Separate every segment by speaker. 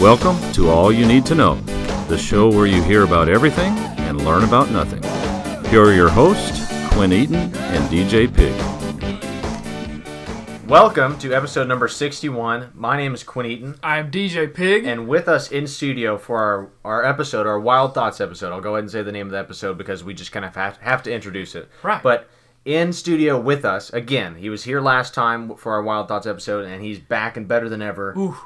Speaker 1: Welcome to All You Need to Know, the show where you hear about everything and learn about nothing. Here are your hosts, Quinn Eaton and DJ Pig.
Speaker 2: Welcome to episode number 61. My name is Quinn Eaton,
Speaker 3: I'm DJ Pig.
Speaker 2: and with us in studio for our, our episode, our Wild Thoughts episode, I'll go ahead and say the name of the episode because we just kind of have, have to introduce it.
Speaker 3: Right.
Speaker 2: But in studio with us, again, he was here last time for our Wild Thoughts episode, and he's back and better than ever.
Speaker 3: Ooh,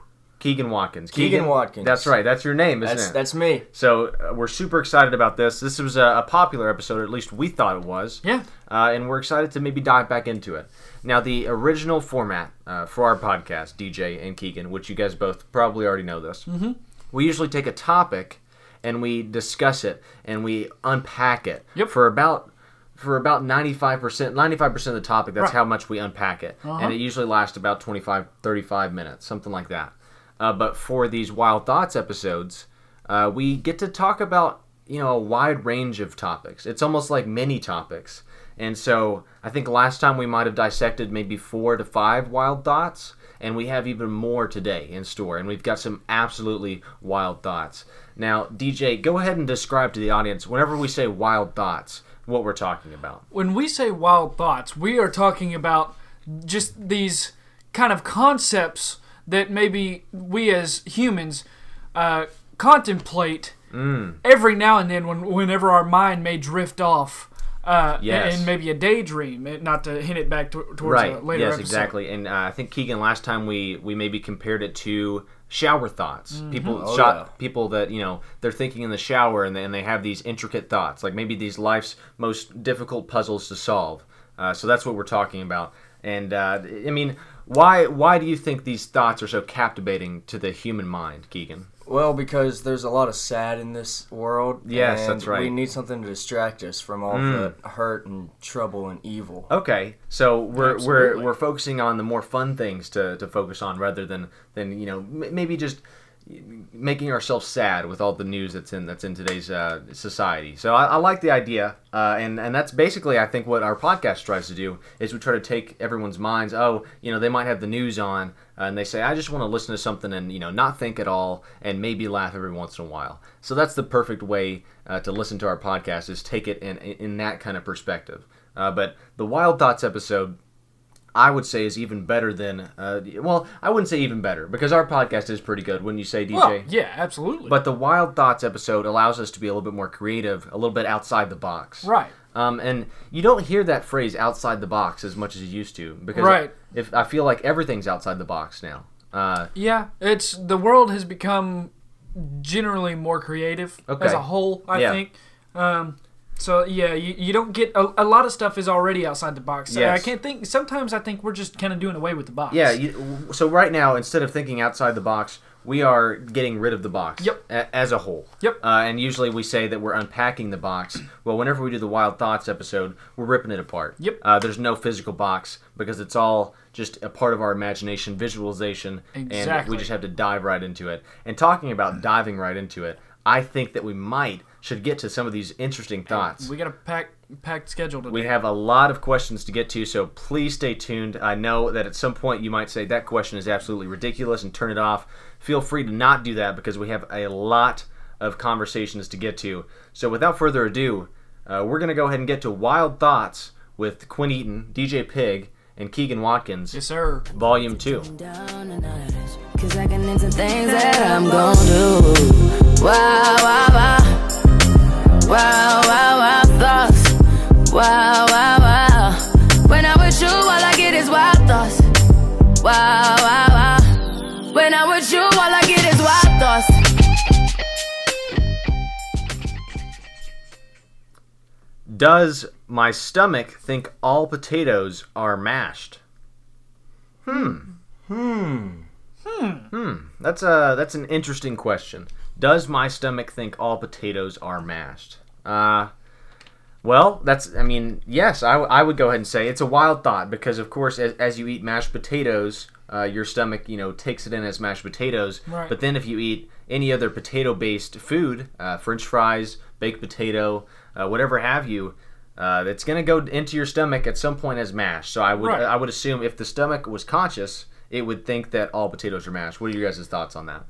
Speaker 2: Keegan Watkins.
Speaker 4: Keegan Watkins.
Speaker 2: That's right. That's your name, isn't
Speaker 4: That's
Speaker 2: it?
Speaker 4: that's me.
Speaker 2: So uh, we're super excited about this. This was a, a popular episode, or at least we thought it was.
Speaker 3: Yeah.
Speaker 2: Uh, and we're excited to maybe dive back into it. Now, the original format uh, for our podcast, DJ and Keegan, which you guys both probably already know this, mm-hmm. we usually take a topic and we discuss it and we unpack it
Speaker 3: Yep.
Speaker 2: for about for about 95% 95% of the topic that's
Speaker 3: Right. Uh-huh.
Speaker 2: how much we unpack it and it usually lasts about 25 35 minutes something like that uh, but for these wild thoughts episodes uh, we get to talk about you know a wide range of topics it's almost like mini topics and so i think last time we might have dissected maybe four to five wild thoughts and we have even more today in store and we've got some absolutely wild thoughts now dj go ahead and describe to the audience whenever we say wild thoughts what we're talking about
Speaker 3: when we say wild thoughts, we are talking about just these kind of concepts that maybe we as humans uh, contemplate
Speaker 2: Mm.
Speaker 3: every now and then when, whenever our mind may drift off uh,
Speaker 2: Yes.
Speaker 3: and maybe a daydream, eh, not to hint it back to, towards a
Speaker 2: right
Speaker 3: later
Speaker 2: yes
Speaker 3: episode.
Speaker 2: exactly and uh, i think keegan last time we we maybe compared it to shower thoughts
Speaker 3: Mm-hmm.
Speaker 2: people
Speaker 4: Oh,
Speaker 2: shot
Speaker 4: yeah.
Speaker 2: people that you know they're thinking in the shower and they, and they have these intricate thoughts like maybe these life's most difficult puzzles to solve uh, so that's what we're talking about and uh, i mean why why do you think these thoughts are so captivating to the human mind keegan
Speaker 4: Well, because there's a lot of sad in this world.
Speaker 2: Yes,
Speaker 4: and
Speaker 2: that's right. Mm.
Speaker 4: We need something to distract us from all the hurt and trouble and evil.
Speaker 2: Okay, so we're we're
Speaker 3: Absolutely.
Speaker 2: we're focusing on the more fun things to, to focus on rather than than you know m- maybe just making ourselves sad with all the news that's in that's in today's uh, society. So I, I like the idea, uh, and and that's basically I think what our podcast tries to do is we try to take everyone's minds. Oh, you know they might have the news on, uh, and they say I just want to listen to something and you know not think at all and maybe laugh every once in a while. So that's the perfect way uh, to listen to our podcast is take it in in in that kind of perspective. Uh, but the Wild Thoughts episode I would say is even better than uh, well, I wouldn't say even better because our podcast is pretty good. Wouldn't you say, DJ?
Speaker 3: Well, yeah, absolutely.
Speaker 2: But the Wild Thoughts episode allows us to be a little bit more creative, a little bit outside the box.
Speaker 3: right.
Speaker 2: Um, and you don't hear that phrase "outside the box" as much as you used to because
Speaker 3: Right.
Speaker 2: if I feel like everything's outside the box now. Uh,
Speaker 3: Yeah, it's the world has become generally more creative
Speaker 2: Okay.
Speaker 3: as a whole. I
Speaker 2: Yeah.
Speaker 3: think. Um, so yeah, you, you don't get a, a lot of stuff is already outside the box. Yeah, I
Speaker 2: Yes.
Speaker 3: can't think. Sometimes I think we're just kind of doing away with the box.
Speaker 2: Yeah. You, so right now, instead of thinking outside the box, we are getting rid of the box.
Speaker 3: Yep.
Speaker 2: a- as a whole.
Speaker 3: Yep.
Speaker 2: Uh, and usually we say that we're unpacking the box. Well, whenever we do the Wild Thoughts episode, we're ripping it apart.
Speaker 3: Yep.
Speaker 2: Uh, there's no physical box because it's all just a part of our imagination, visualization, and we
Speaker 3: Exactly.
Speaker 2: just have to dive right into it. And talking about diving right into it, I think that we might should get to some of these interesting thoughts.
Speaker 3: we got a pack packed schedule today.
Speaker 2: We have a lot of questions to get to, so please stay tuned. I know that at some point you might say that question is absolutely ridiculous and turn it off. Feel free to not do that because we have a lot of conversations to get to. So without further ado, uh, we're going to go ahead and get to Wild Thoughts with Quinn Eaton, DJ Pig, and Keegan Watkins,
Speaker 3: yes, sir.
Speaker 2: Volume 2.
Speaker 5: down and honest. Cause I can into things that I'm gon' do. Wow, wow, wow. Wow, wow, wow, thoughts. Wow, wow, wow. When I'm with you, all I get is wild thoughts. Wow, wow, wow. When I'm with you, all I get is wild thoughts.
Speaker 2: Does my stomach think all potatoes are mashed? Hmm. Hmm. Hmm. That's a that's an interesting question. Does my stomach think all potatoes are mashed? Uh well, that's I mean, yes, I, w- I would go ahead and say it's a wild thought because of course as, as you eat mashed potatoes, uh, your stomach, you know, takes it in as mashed potatoes,
Speaker 3: Right.
Speaker 2: but then if you eat any other potato-based food, uh, french fries, baked potato, uh, whatever have you, uh, it's going to go into your stomach at some point as mashed. So I would
Speaker 3: Right.
Speaker 2: I would assume if the stomach was conscious, it would think that all potatoes are mashed. What are your guys' thoughts on that?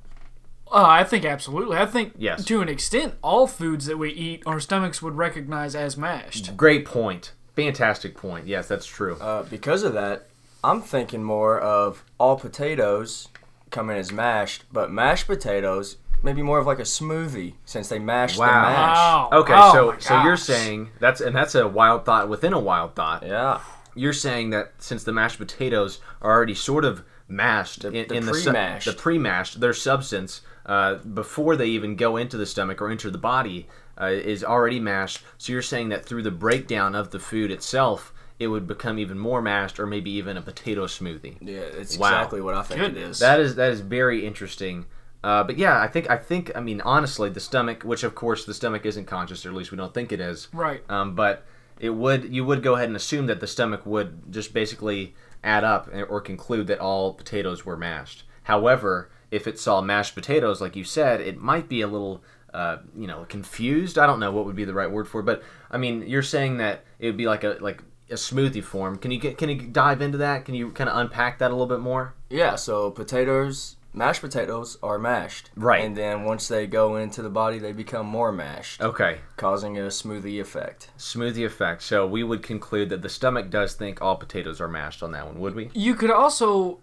Speaker 3: Uh, I think absolutely. I think
Speaker 2: Yes.
Speaker 3: to an extent, all foods that we eat, our stomachs would recognize as mashed.
Speaker 2: Great point. Fantastic point. Yes, that's true.
Speaker 4: Uh, because of that, I'm thinking more of all potatoes coming as mashed, but mashed potatoes maybe more of like a smoothie since they mash the
Speaker 2: Wow.
Speaker 4: mash.
Speaker 3: Wow.
Speaker 2: okay,
Speaker 3: Oh
Speaker 2: so
Speaker 3: my
Speaker 2: so you're
Speaker 3: gosh.
Speaker 2: saying that's and that's a wild thought within a wild thought.
Speaker 4: Yeah.
Speaker 2: You're saying that since the mashed potatoes are already sort of mashed in,
Speaker 4: the
Speaker 2: in the su-
Speaker 4: pre-mashed.
Speaker 2: the pre-mashed, their substance uh, before they even go into the stomach or enter the body uh, is already mashed. So you're saying that through the breakdown of the food itself, it would become even more mashed, or maybe even a potato smoothie.
Speaker 4: Yeah, it's
Speaker 2: Wow.
Speaker 4: exactly what I think it is.
Speaker 2: That is that is very interesting. Uh, but yeah, I think I think I mean honestly, the stomach, which of course the stomach isn't conscious, or at least we don't think it is.
Speaker 3: Right.
Speaker 2: Um, but it would you would go ahead and assume that the stomach would just basically add up and- or conclude that all potatoes were mashed. However, if it saw mashed potatoes, like you said, it might be a little uh, you know confused. I don't know what would be the right word for it, but I mean you're saying that it would be like a like a smoothie form. Can you get, can you dive into that? Can you kind of unpack that a little bit more?
Speaker 4: yeah, so potatoes, mashed potatoes are mashed.
Speaker 2: Right.
Speaker 4: And then once they go into the body, they become more mashed,
Speaker 2: Okay.
Speaker 4: causing a smoothie effect.
Speaker 2: Smoothie effect. So we would conclude that the stomach does think all potatoes are mashed on that one, would we?
Speaker 3: You could also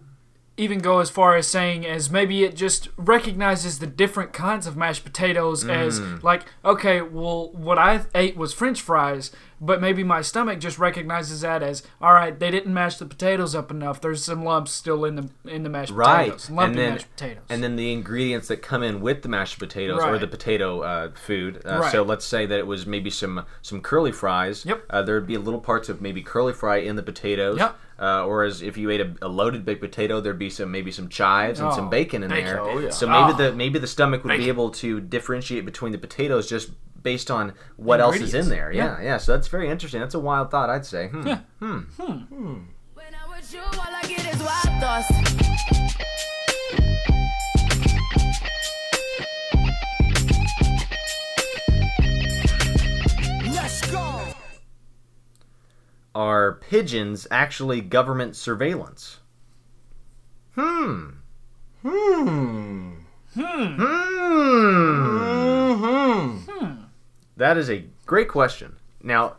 Speaker 3: even go as far as saying as maybe it just recognizes the different kinds of mashed potatoes as
Speaker 2: Mm.
Speaker 3: like okay well what i ate was french fries but maybe my stomach just recognizes that as all right they didn't mash the potatoes up enough there's some lumps still in the in the mashed potatoes lumpy
Speaker 2: and then
Speaker 3: mashed potatoes
Speaker 2: and then the ingredients that come in with the mashed potatoes or
Speaker 3: Right.
Speaker 2: the potato uh, food. Uh, So
Speaker 3: Right.
Speaker 2: let's say that it was maybe some some curly fries.
Speaker 3: Yep.
Speaker 2: Uh, there would be little parts of maybe curly fry in the potatoes.
Speaker 3: Yep.
Speaker 2: Uh, or as if you ate a, a loaded baked potato, there'd be some maybe some chives and some
Speaker 3: Oh,
Speaker 2: bacon in
Speaker 3: bacon.
Speaker 2: there.
Speaker 4: Oh, yeah.
Speaker 2: So maybe
Speaker 3: Oh.
Speaker 2: the maybe the stomach would be
Speaker 3: Bacon.
Speaker 2: able to differentiate between the potatoes just based on what else is in
Speaker 3: Ingredients.
Speaker 2: there. Yeah, yeah. So that's very interesting. That's a wild thought, I'd say. Hmm.
Speaker 5: When I'm with you, all I get is wild thoughts.
Speaker 2: Are pigeons actually government surveillance? Hmm. That is a great question. Now,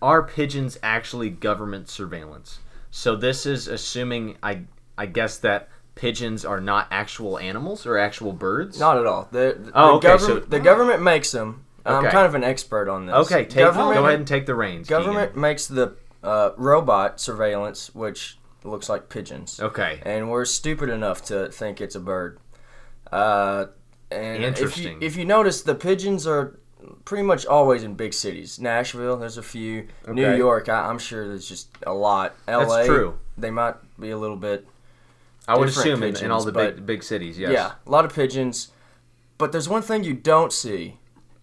Speaker 2: are pigeons actually government surveillance? So this is assuming I I guess that pigeons are not actual animals or actual birds.
Speaker 4: Not at all. The, the,
Speaker 2: Oh,
Speaker 4: the
Speaker 2: okay, so-
Speaker 4: government, the government makes them. I'm
Speaker 2: Okay.
Speaker 4: kind of an expert on this.
Speaker 2: okay, take
Speaker 4: Government-
Speaker 2: go ahead and take the reins. Keegan.
Speaker 4: Government makes the uh, robot surveillance, which looks like pigeons.
Speaker 2: Okay.
Speaker 4: And we're stupid enough to think it's a bird. Uh, and
Speaker 2: Interesting.
Speaker 4: If you, if you notice, the pigeons are pretty much always in big cities. Nashville, there's a few. New
Speaker 2: Okay.
Speaker 4: York, I, I'm sure there's just a lot. LA,
Speaker 2: true.
Speaker 4: They might be a little bit.
Speaker 2: I would
Speaker 4: different
Speaker 2: assume in, in all the
Speaker 4: pigeons,
Speaker 2: big big cities. Yes.
Speaker 4: Yeah, a lot of pigeons. But there's one thing you don't see.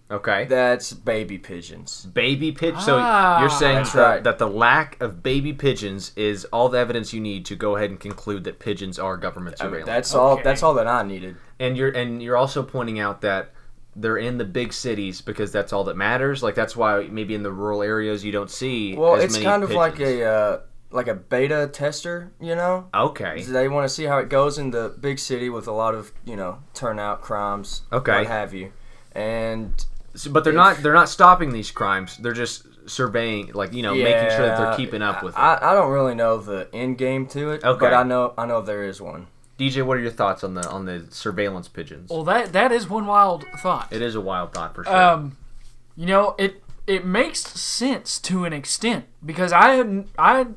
Speaker 2: Okay.
Speaker 4: That's baby pigeons.
Speaker 2: baby pigeons. So
Speaker 3: Ah,
Speaker 2: you're saying
Speaker 4: That's
Speaker 2: that,
Speaker 4: right.
Speaker 2: that the lack of baby pigeons is all the evidence you need to go ahead and conclude that pigeons are government
Speaker 4: I mean,
Speaker 2: surveillance.
Speaker 4: that's all.
Speaker 3: Okay.
Speaker 4: That's all that I needed.
Speaker 2: and you're and you're also pointing out that they're in the big cities because that's all that matters. Like that's why maybe in the rural areas you don't see.
Speaker 4: Well,
Speaker 2: as
Speaker 4: it's
Speaker 2: many
Speaker 4: kind of like
Speaker 2: pigeons.
Speaker 4: a uh, like a beta tester, you know.
Speaker 2: okay.
Speaker 4: They want to see how it goes in the big city with a lot of you know turnout crimes,
Speaker 2: Okay.
Speaker 4: what have you, and
Speaker 2: So- but they're not they're not stopping these crimes. They're just surveying, like you know, making sure that they're
Speaker 4: Yeah,
Speaker 2: keeping up with it.
Speaker 4: I, I don't really know the end game to it,
Speaker 2: Okay.
Speaker 4: but I know I know there is one.
Speaker 2: DJ, what are your thoughts on the on the surveillance pigeons?
Speaker 3: well that that is one wild thought
Speaker 2: it is a wild thought for sure.
Speaker 3: um, you know it it makes sense to an extent because I hadn't- I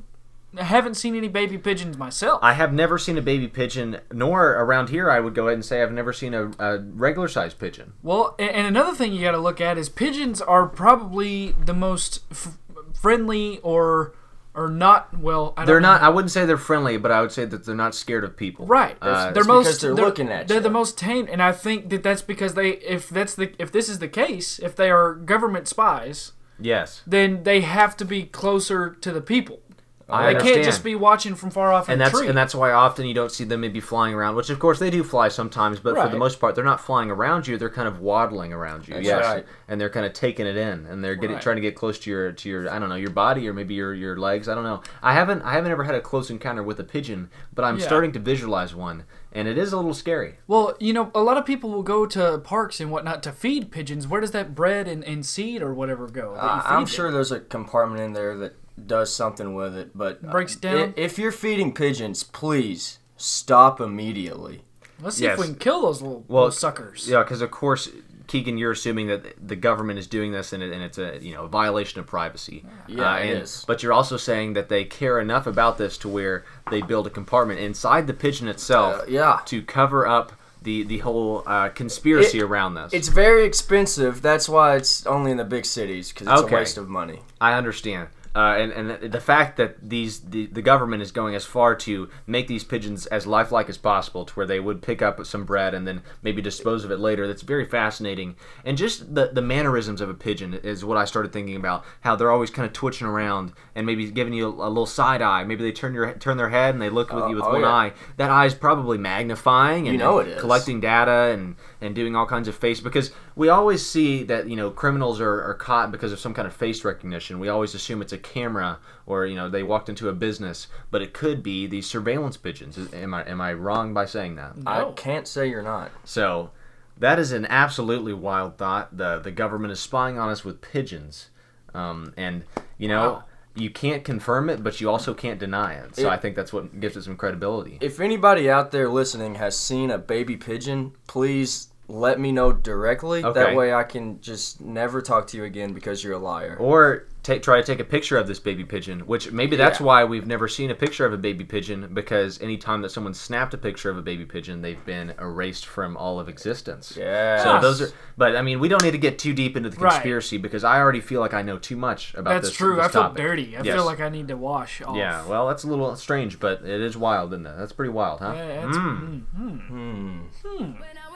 Speaker 3: haven't seen any baby pigeons myself.
Speaker 2: I have never seen a baby pigeon, nor around here. I would go ahead and say I've never seen a, a regular sized pigeon.
Speaker 3: well, a- and another thing you got to look at is pigeons are probably the most f- friendly or or not well. I don't
Speaker 2: They're
Speaker 3: know.
Speaker 2: not. I wouldn't say they're friendly, but I would say that they're not scared of people.
Speaker 3: Right,
Speaker 2: Uh,
Speaker 3: they're
Speaker 4: it's
Speaker 3: most.
Speaker 4: because they're looking at
Speaker 3: They're
Speaker 4: you.
Speaker 3: the most tame, and I think that that's because they. If that's the, if this is the case, if they are government spies,
Speaker 2: yes,
Speaker 3: then they have to be closer to the people.
Speaker 2: I
Speaker 3: They
Speaker 2: understand.
Speaker 3: can't just be watching from far off in
Speaker 2: and
Speaker 3: a
Speaker 2: that's
Speaker 3: tree.
Speaker 2: and that's why often you don't see them maybe flying around. Which of course they do fly sometimes, but for the
Speaker 3: Right.
Speaker 2: most part they're not flying around you. They're kind of waddling around you. yes,
Speaker 4: right.
Speaker 2: and they're kind of taking it in, and they're getting
Speaker 3: Right.
Speaker 2: trying to get close to your to your I don't know your body or maybe your your legs. I don't know. I haven't I haven't ever had a close encounter with a pigeon, but I'm
Speaker 3: Yeah.
Speaker 2: starting to visualize one, and it is a little scary.
Speaker 3: Well, you know, a lot of people will go to parks and whatnot to feed pigeons. Where does that bread and, and seed or whatever go? that you
Speaker 4: I-
Speaker 3: feed
Speaker 4: Uh, I'm
Speaker 3: them?
Speaker 4: sure there's a compartment in there that does something with it, but uh,
Speaker 3: Breaks down?
Speaker 4: i- If you're feeding pigeons, please stop immediately.
Speaker 3: Let's see
Speaker 2: Yes.
Speaker 3: if we can kill those little,
Speaker 2: Well,
Speaker 3: little suckers.
Speaker 2: Yeah, because of course, Keegan, you're assuming that the government is doing this, and, it, and it's a you know a violation of privacy. Uh,
Speaker 4: Yeah, it
Speaker 2: and-
Speaker 4: is.
Speaker 2: But you're also saying that they care enough about this to where they build a compartment inside the pigeon itself,
Speaker 4: Uh, yeah.
Speaker 2: to cover up the the whole uh, conspiracy
Speaker 4: It-
Speaker 2: around this.
Speaker 4: It's very expensive. That's why it's only in the big cities because it's
Speaker 2: Okay.
Speaker 4: a waste of money.
Speaker 2: I understand. Uh, and, and the- the fact that these the, the government is going as far to make these pigeons as lifelike as possible to where they would pick up some bread and then maybe dispose of it later that's very fascinating and just the, the mannerisms of a pigeon is what i started thinking about how they're always kind of twitching around and maybe giving you a, a little side eye maybe they turn your turn their head and they look with you with
Speaker 4: oh,
Speaker 2: one
Speaker 4: yeah.
Speaker 2: eye that eye is probably magnifying and,
Speaker 4: know
Speaker 2: and
Speaker 4: it is.
Speaker 2: collecting collecting data and and doing all kinds of face because we always see that you know criminals are, are caught because of some kind of face recognition we always assume it's a camera or you know they walked into a business but it could be these surveillance pigeons Is- am i am i wrong by saying that
Speaker 4: I
Speaker 3: No.
Speaker 4: can't say you're not.
Speaker 2: so that is an absolutely wild thought the the government is spying on us with pigeons um, and you know You can't confirm it, but you also can't deny it. So
Speaker 4: It-
Speaker 2: I think that's what gives it some credibility.
Speaker 4: If anybody out there listening has seen a baby pigeon, please let me know directly.
Speaker 2: Okay.
Speaker 4: That way I can just never talk to you again because you're a liar.
Speaker 2: or ta try to take a picture of this baby pigeon which maybe that's
Speaker 4: Yeah.
Speaker 2: why we've never seen a picture of a baby pigeon because anytime that someone snapped a picture of a baby pigeon they've been erased from all of existence
Speaker 4: Yeah.
Speaker 2: so those are
Speaker 3: Yes.
Speaker 2: but i mean we don't need to get too deep into the
Speaker 3: Right.
Speaker 2: conspiracy because i already feel like i know too much about
Speaker 3: That's
Speaker 2: this
Speaker 3: true.
Speaker 2: this
Speaker 3: I feel
Speaker 2: topic.
Speaker 3: dirty. I
Speaker 2: Yes.
Speaker 3: feel like I need to wash off.
Speaker 2: yeah well that's a little strange but it is wild isn't it that's pretty wild huh
Speaker 3: Yeah, that's-
Speaker 5: When I'm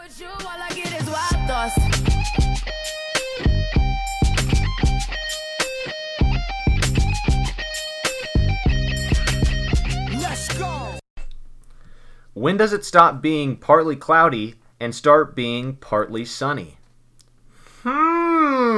Speaker 5: with you, all I get is wild thoughts.
Speaker 2: when does it stop being partly cloudy and start being partly sunny hmm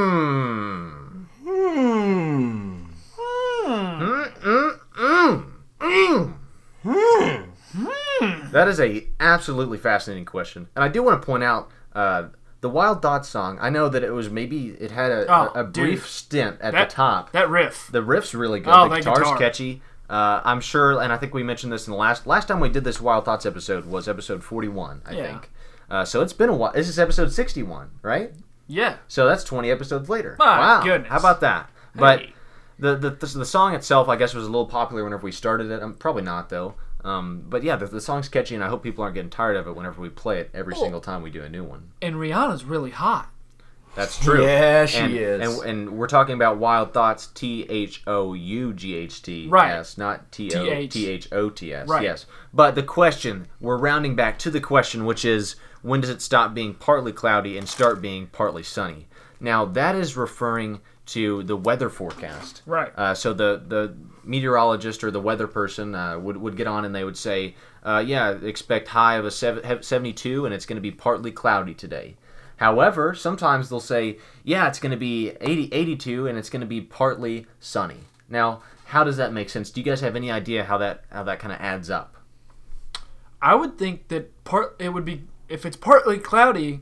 Speaker 2: Hmm. Hmm. That is a absolutely fascinating question, and I do want to point out uh, the Wild Thoughts song. I know that it was maybe it had a,
Speaker 3: Oh,
Speaker 2: a, a
Speaker 3: dude.
Speaker 2: brief stint at
Speaker 3: that
Speaker 2: the top.
Speaker 3: That riff.
Speaker 2: the riff's really good.
Speaker 3: Oh,
Speaker 2: the
Speaker 3: that
Speaker 2: guitar's
Speaker 3: guitar.
Speaker 2: catchy. Uh, I'm sure, and I think we mentioned this in the last last time we did this Wild Thoughts episode was episode 41, I
Speaker 3: Yeah.
Speaker 2: think. Uh, so it's been a while. This is episode 61, right?
Speaker 3: yeah.
Speaker 2: So that's 20 episodes later.
Speaker 3: My
Speaker 2: wow.
Speaker 3: goodness.
Speaker 2: How about that? But
Speaker 3: Hey.
Speaker 2: the, the, the the song itself, I guess, was a little popular whenever we started it. Um, probably not though. Um, but yeah, the, the song's catchy, and I hope people aren't getting tired of it whenever we play it every single time we do a new one.
Speaker 3: And Rihanna's really hot.
Speaker 2: That's true.
Speaker 4: Yeah, she
Speaker 2: and,
Speaker 4: is.
Speaker 2: And, and we're talking about Wild Thoughts, T H O U G H T.
Speaker 3: Right.
Speaker 2: S, not T
Speaker 3: T
Speaker 2: O
Speaker 3: H.
Speaker 2: T H O T S.
Speaker 3: Right.
Speaker 2: Yes. But the question, we're rounding back to the question, which is when does it stop being partly cloudy and start being partly sunny? Now, that is referring to the weather forecast.
Speaker 3: Right.
Speaker 2: Uh, so the, the meteorologist or the weather person uh, would, would get on and they would say, uh, yeah, expect high of a seven, he- 72 and it's going to be partly cloudy today. However, sometimes they'll say, yeah, it's going to be 80, 82 and it's going to be partly sunny. Now, how does that make sense? Do you guys have any idea how that how that kind of adds up?
Speaker 3: I would think that part it would be if it's partly cloudy,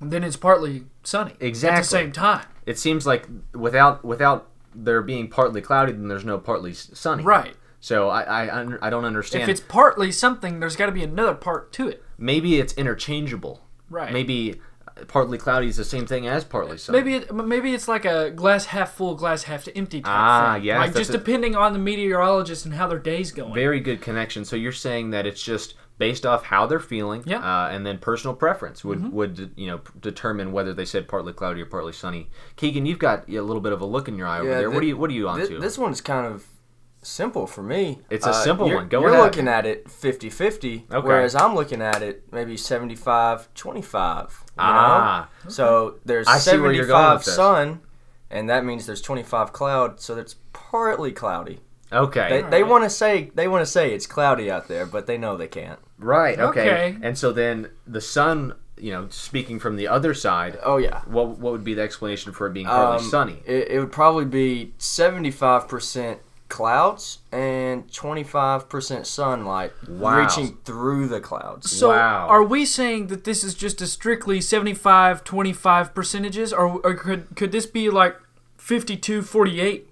Speaker 3: then it's partly sunny. At
Speaker 2: Exactly.
Speaker 3: the same time.
Speaker 2: It seems like without without there being partly cloudy, then there's no partly s- sunny.
Speaker 3: Right.
Speaker 2: So I I, un- I don't understand.
Speaker 3: If it's partly something, there's got to be another part to it.
Speaker 2: maybe it's interchangeable.
Speaker 3: Right.
Speaker 2: Maybe uh, partly cloudy is the same thing as partly sunny.
Speaker 3: Maybe it, m- maybe it's like a glass half full, glass half empty type
Speaker 2: Ah,
Speaker 3: thing.
Speaker 2: yes,
Speaker 3: like
Speaker 2: that's
Speaker 3: just
Speaker 2: a-
Speaker 3: depending on the meteorologist and how their day's going.
Speaker 2: Very good connection. So you're saying that it's just based off how they're feeling,
Speaker 3: Yeah. Mm-hmm.
Speaker 2: uh, and then personal preference would would you know determine whether they said partly cloudy or partly sunny. Keegan, you've got a little bit of a look in your eye over
Speaker 4: Yeah,
Speaker 2: there. what
Speaker 4: thi-
Speaker 2: are you What are you on
Speaker 4: Thi-
Speaker 2: to?
Speaker 4: This one's kind of simple for me. Uh,
Speaker 2: It's a simple
Speaker 4: you're-
Speaker 2: one. Go
Speaker 4: You're
Speaker 2: ahead.
Speaker 4: looking at it 50 50,
Speaker 2: Okay.
Speaker 4: whereas I'm looking at it maybe 75 25.
Speaker 2: Ah.
Speaker 4: So there's
Speaker 2: I see where you're going
Speaker 4: 75
Speaker 2: with this.
Speaker 4: sun, and that means there's 25 cloud, so it's partly cloudy.
Speaker 2: okay.
Speaker 4: They, they want to say they want to say it's cloudy out there, but they know they can't.
Speaker 2: Right. Okay.
Speaker 3: Okay.
Speaker 2: And so then the sun, you know, speaking from the other side.
Speaker 4: Oh yeah,
Speaker 2: What what would be the explanation for it being partly
Speaker 4: Um,
Speaker 2: sunny?
Speaker 4: It, it would probably be seventy five percent clouds and 25% sunlight
Speaker 2: Wow.
Speaker 4: reaching through the clouds.
Speaker 3: So
Speaker 2: Wow.
Speaker 3: are we saying that this is just a strictly 75 25 percentages or, or could could this be like 52 48?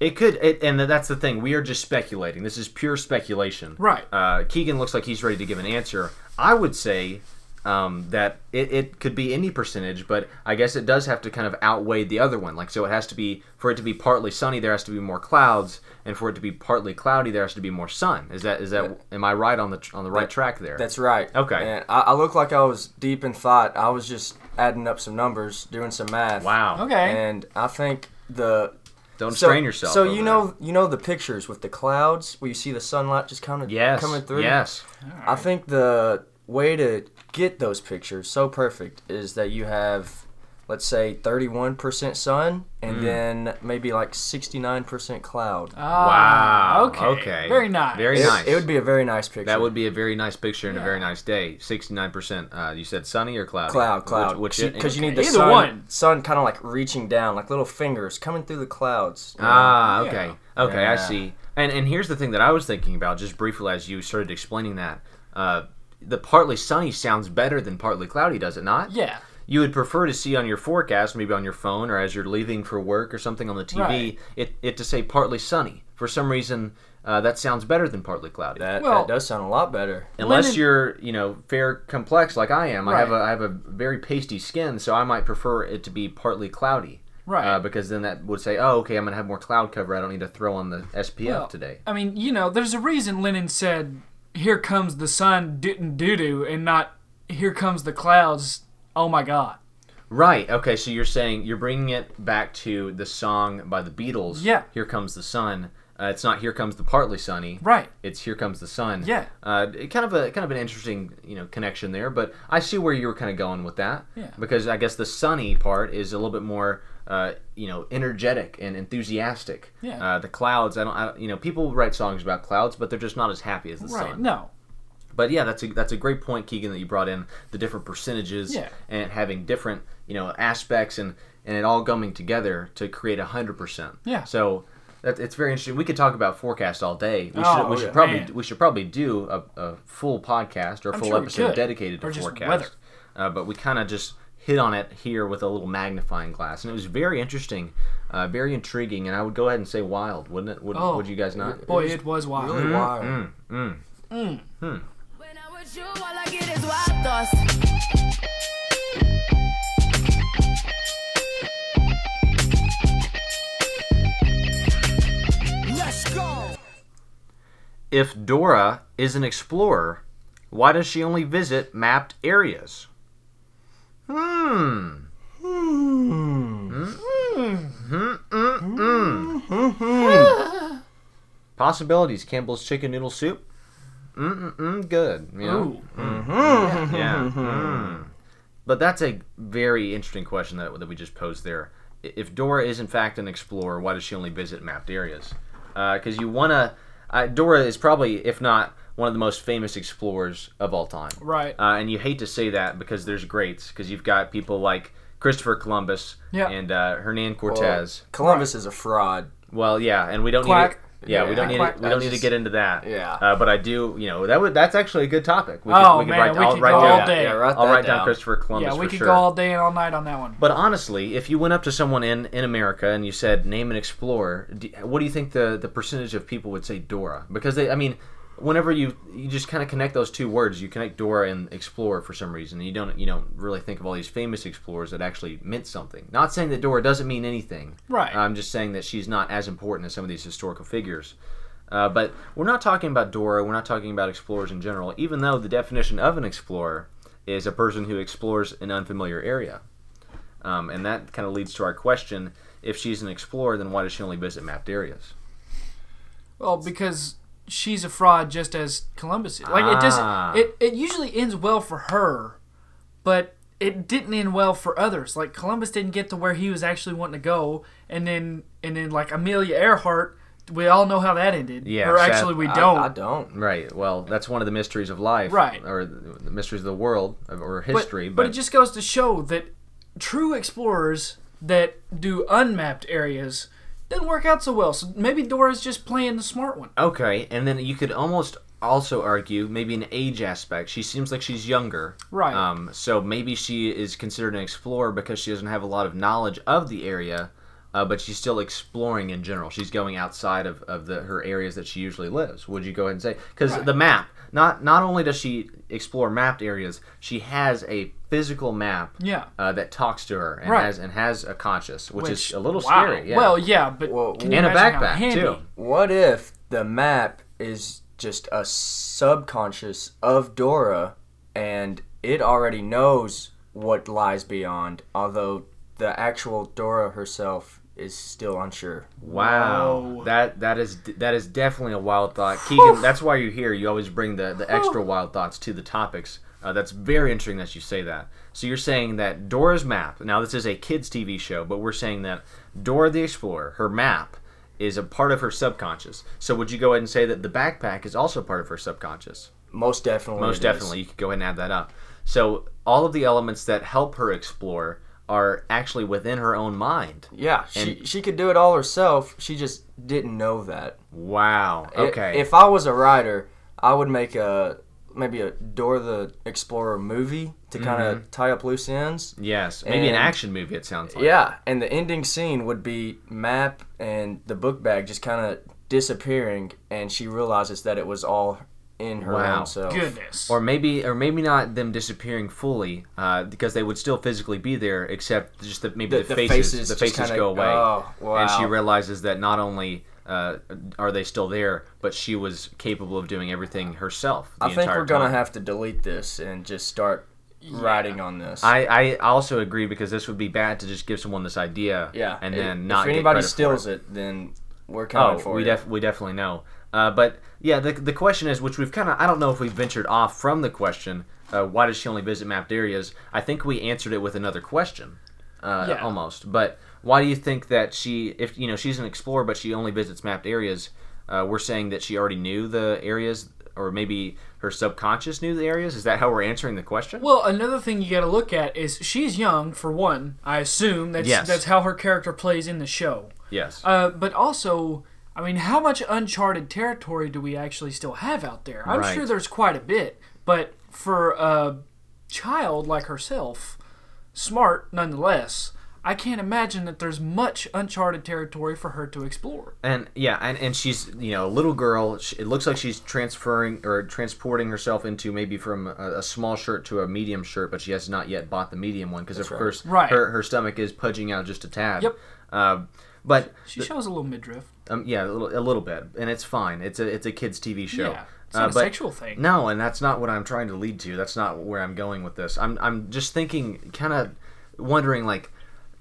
Speaker 2: It could, it, and that's the thing. We are just speculating. This is pure speculation.
Speaker 3: Right.
Speaker 2: Uh, Keegan looks like he's ready to give an answer. I would say um, that it, it could be any percentage, but I guess it does have to kind of outweigh the other one. Like, so it has to be for it to be partly sunny, there has to be more clouds, and for it to be partly cloudy, there has to be more sun. Is that is that? Am I right on the tr- on the right track there?
Speaker 4: That's right.
Speaker 2: Okay.
Speaker 4: And I, I look like I was deep in thought. I was just adding up some numbers, doing some math.
Speaker 2: wow.
Speaker 3: Okay.
Speaker 4: And I think the
Speaker 2: Don't
Speaker 4: so,
Speaker 2: strain yourself.
Speaker 4: So
Speaker 2: over
Speaker 4: you know you know the pictures with the clouds where you see the sunlight just kind of
Speaker 2: there. yes,
Speaker 4: coming through.
Speaker 2: Yes.
Speaker 4: I think the way to get those pictures so perfect is that you have, let's say, 31% sun
Speaker 3: Mm.
Speaker 4: and then maybe like 69% cloud.
Speaker 3: Ah,
Speaker 2: Wow.
Speaker 3: Okay.
Speaker 2: Okay.
Speaker 3: Very nice.
Speaker 2: Very
Speaker 4: it,
Speaker 2: nice.
Speaker 4: it would be a very nice picture.
Speaker 2: That would be a very nice picture and a very
Speaker 3: Yeah.
Speaker 2: nice day. Sixty-nine percent. Uh, you said sunny or cloudy?
Speaker 4: cloud, cloud.
Speaker 2: Which, which
Speaker 4: because you need the
Speaker 3: Either
Speaker 4: sun,
Speaker 3: one.
Speaker 4: sun kind of like reaching down, like little fingers coming through the clouds. you know?
Speaker 2: Ah, okay, okay, I
Speaker 4: Yeah.
Speaker 2: see. And and here's the thing that I was thinking about just briefly as you started explaining that. Uh, the partly sunny sounds better than partly cloudy, does it not?
Speaker 3: Yeah.
Speaker 2: You would prefer to see on your forecast, maybe on your phone or as you're leaving for work or something on the TV,
Speaker 3: Right.
Speaker 2: it, it to say partly sunny. For some reason, uh, that sounds better than partly cloudy.
Speaker 4: that,
Speaker 3: well-
Speaker 4: that does sound a lot better.
Speaker 2: Unless
Speaker 3: Lennon-
Speaker 2: you're, you know, fair complex like I am, I have a
Speaker 3: Right.
Speaker 2: I have a very pasty skin, so I might prefer it to be partly cloudy.
Speaker 3: Right.
Speaker 2: Uh, because then that would say, oh, okay, I'm gonna have more cloud cover. I don't need to throw on the SPF
Speaker 3: Well,
Speaker 2: today.
Speaker 3: I mean, you know, there's a reason Lennon said, "Here comes the sun, didn't doo doo," and not "Here comes the clouds." Oh my God.
Speaker 2: Right. Okay. So you're saying you're bringing it back to the song by the Beatles.
Speaker 3: Yeah.
Speaker 2: Here comes the sun. Uh, it's not here comes the partly sunny.
Speaker 3: Right.
Speaker 2: It's here comes the sun.
Speaker 3: Yeah.
Speaker 2: Uh, it- kind of a kind of an interesting you know connection there, but I see where you were kind of going with that.
Speaker 3: Yeah.
Speaker 2: Because I guess the sunny part is a little bit more. Uh, you know, energetic and enthusiastic.
Speaker 3: Yeah.
Speaker 2: Uh, the clouds. I don't. I, don't- you know, people write songs about clouds, but they're just not as happy as the
Speaker 3: Right.
Speaker 2: sun.
Speaker 3: No.
Speaker 2: But yeah, that's a that's a great point, Keegan, that you brought in the different percentages
Speaker 3: Yeah.
Speaker 2: and having different you know aspects and and it all coming together to create hundred percent.
Speaker 3: Yeah.
Speaker 2: So. That, it's very interesting. We could talk about forecast all day. We
Speaker 3: Oh,
Speaker 2: should, we
Speaker 3: yeah.
Speaker 2: should probably
Speaker 3: Man.
Speaker 2: we should probably do a, a full podcast or a
Speaker 3: I'm
Speaker 2: full
Speaker 3: sure we
Speaker 2: episode
Speaker 3: could.
Speaker 2: dedicated to
Speaker 3: Or just
Speaker 2: forecast.
Speaker 3: weather.
Speaker 2: Uh, but we kind of just hit on it here with a little magnifying glass, and it was very interesting, uh, very intriguing, and I would go ahead and say wild, wouldn't it? Would,
Speaker 3: Oh.
Speaker 2: would you guys not?
Speaker 3: Boy, it was wild.
Speaker 4: Really wild.
Speaker 5: When I'm with you, all I get is wild thoughts.
Speaker 2: if Dora is an explorer, why does she only visit mapped areas? Hmm. Possibilities. Campbell's chicken noodle soup. Mm-mm-mm, good. You know?
Speaker 3: Ooh.
Speaker 2: yeah.
Speaker 3: Mm-hmm.
Speaker 2: Mm. But that's a very interesting question that, that we just posed there. I- If Dora is in fact an explorer, why does she only visit mapped areas? Because you wanna, uh, Dora is probably, if not one of the most famous explorers of all time.
Speaker 3: Right.
Speaker 2: Uh, and you hate to say that because there's greats. Because you've got people like Christopher Columbus
Speaker 3: Yeah.
Speaker 2: and uh, Hernan
Speaker 4: Well,
Speaker 2: Cortez.
Speaker 4: Columbus is a fraud.
Speaker 2: Well, yeah, and we don't
Speaker 3: Quack.
Speaker 2: need to, yeah, we
Speaker 4: Yeah.
Speaker 2: don't need
Speaker 3: Quack.
Speaker 2: we don't
Speaker 4: I
Speaker 2: need to
Speaker 4: just-
Speaker 2: get into that.
Speaker 4: Yeah.
Speaker 2: Uh, but I do, you know, that would that's actually a good topic. We
Speaker 3: Oh, man, we
Speaker 2: I'll
Speaker 3: could go
Speaker 2: down-
Speaker 3: all day.
Speaker 4: Yeah, write
Speaker 2: I'll
Speaker 4: that
Speaker 2: write down,
Speaker 4: down.
Speaker 2: Christopher Columbus
Speaker 3: yeah, we
Speaker 2: for
Speaker 3: could
Speaker 2: sure.
Speaker 3: go all day and all night on that one.
Speaker 2: but honestly, if you went up to someone in, in America and you said name an explorer, do, what do you think the the percentage of people would say Dora? Because they, I mean, whenever you you just kind of connect those two words, you connect Dora and explorer for some reason. You don't you don't really think of all these famous explorers that actually meant something. Not saying that Dora doesn't mean anything.
Speaker 3: Right.
Speaker 2: I'm just saying that she's not as important as some of these historical figures. Uh, but we're not talking about Dora. We're not talking about explorers in general. Even though the definition of an explorer is a person who explores an unfamiliar area. Um, and that kind of leads to our question: If she's an explorer, then why does she only visit mapped areas?
Speaker 3: Well, because she's a fraud, just as Columbus is. Like it
Speaker 2: Ah.
Speaker 3: doesn't. It it usually ends well for her, but it didn't end well for others. Like Columbus didn't get to where he was actually wanting to go, and then and then like Amelia Earhart, we all know how that ended.
Speaker 2: Yeah,
Speaker 3: or
Speaker 2: sad-
Speaker 3: actually we
Speaker 4: I-
Speaker 3: don't.
Speaker 4: I, don't.
Speaker 2: Right. Well, that's one of the mysteries of life,
Speaker 3: Right.
Speaker 2: Or the the mysteries of the world or
Speaker 3: but,
Speaker 2: history. But,
Speaker 3: but it just goes to show that true explorers that do unmapped areas. didn't work out so well. So maybe Dora's just playing the smart one.
Speaker 2: Okay, and then you could almost also argue maybe an age aspect. She seems like she's younger,
Speaker 3: Right.
Speaker 2: Um, so maybe she is considered an explorer because she doesn't have a lot of knowledge of the area, uh, but she's still exploring in general. She's going outside of, of the her areas that she usually lives. Would you go ahead and say because the map? Not not only does she explore mapped areas, she has a physical map
Speaker 3: Yeah.
Speaker 2: uh, that talks to her and
Speaker 3: Right.
Speaker 2: has and has a conscious, which, is a little
Speaker 3: wow.
Speaker 2: scary. Yeah.
Speaker 3: Well, yeah, but
Speaker 4: Well,
Speaker 3: can you
Speaker 2: and a
Speaker 3: imagine how
Speaker 2: backpack
Speaker 3: handy?
Speaker 2: too.
Speaker 4: What if the map is just a subconscious of Dora and it already knows what lies beyond, although the actual Dora herself is still unsure?
Speaker 2: Wow,
Speaker 3: Whoa.
Speaker 2: that that is that is definitely a wild thought, Keegan. that's why you're here. You always bring the the extra wild thoughts to the topics. Uh, that's very interesting that you say that. So you're saying that Dora's map. Now this is a kids TV show, but we're saying that Dora the Explorer, her map, is a part of her subconscious. So would you go ahead and say that the backpack is also part of her subconscious?
Speaker 4: Most definitely.
Speaker 2: Most
Speaker 4: it is.
Speaker 2: definitely, you could go ahead and add that up. So all of the elements that help her explore are actually within her own mind.
Speaker 4: Yeah, she, she could do it all herself. She just didn't know that.
Speaker 2: Wow.
Speaker 4: I-
Speaker 2: Okay.
Speaker 4: If I was a writer, I would make a maybe a Dora the Explorer movie to kind of
Speaker 2: Mm-hmm.
Speaker 4: tie up loose ends.
Speaker 2: Yes, maybe an
Speaker 4: And-
Speaker 2: action movie. It sounds like.
Speaker 4: Yeah, and the ending scene would be Map and the book bag just kind of disappearing, and she realizes that it was all in her
Speaker 2: Wow.
Speaker 4: own self.
Speaker 3: Goodness.
Speaker 2: Or maybe, or maybe not them disappearing fully, uh, because they would still physically be there, except just that maybe the,
Speaker 4: The- the
Speaker 2: faces,
Speaker 4: faces
Speaker 2: the
Speaker 4: just
Speaker 2: faces
Speaker 4: kinda-
Speaker 2: go away,
Speaker 4: oh,
Speaker 2: and she
Speaker 4: wow.
Speaker 2: realizes that not only uh, are they still there, but she was capable of doing everything herself. The
Speaker 4: I think
Speaker 2: entire
Speaker 4: we're gonna
Speaker 2: time.
Speaker 4: have to delete this and just start writing on this.
Speaker 2: I, I also agree because this would be bad to just give someone this idea,
Speaker 4: yeah,
Speaker 2: and
Speaker 4: i-
Speaker 2: then not
Speaker 4: if
Speaker 2: get
Speaker 4: anybody
Speaker 2: credit for
Speaker 4: steals it. then we're coming
Speaker 2: Oh,
Speaker 4: for
Speaker 2: we
Speaker 4: you.
Speaker 2: def- we definitely know. Uh, but yeah, the, the question is, which we've kind of I don't know if we ventured off from the question. Uh, why does she only visit mapped areas? I think we answered it with another question, uh,
Speaker 3: Yeah.
Speaker 2: almost. But why do you think that she, if you know, she's an explorer, but she only visits mapped areas? Uh, we're saying that she already knew the areas, or maybe her subconscious knew the areas. Is that how we're answering the question?
Speaker 3: Well, another thing you got to look at is she's young for one. I assume that's
Speaker 2: Yes.
Speaker 3: that's how her character plays in the show.
Speaker 2: yes.
Speaker 3: Uh, but also, I mean, how much uncharted territory do we actually still have out there? I'm
Speaker 2: Right.
Speaker 3: sure there's quite a bit, but for a child like herself, smart nonetheless, I can't imagine that there's much uncharted territory for her to explore.
Speaker 2: And yeah, and, and she's you know a little girl. She, it looks like she's transferring or transporting herself into maybe from a, a small shirt to a medium shirt, but she has not yet bought the medium one because of course
Speaker 3: Right.
Speaker 2: her her stomach is pudging out just a tad.
Speaker 3: Yep.
Speaker 2: Um, but
Speaker 3: She shows a little midriff.
Speaker 2: um, yeah, a little, a little bit, and it's fine. It's a it's a kids TV show. Uh,
Speaker 3: Yeah, it's not a
Speaker 2: but-
Speaker 3: sexual thing.
Speaker 2: No, and that's not what I'm trying to lead to. That's not where I'm going with this. I'm I'm just thinking, kind of wondering, like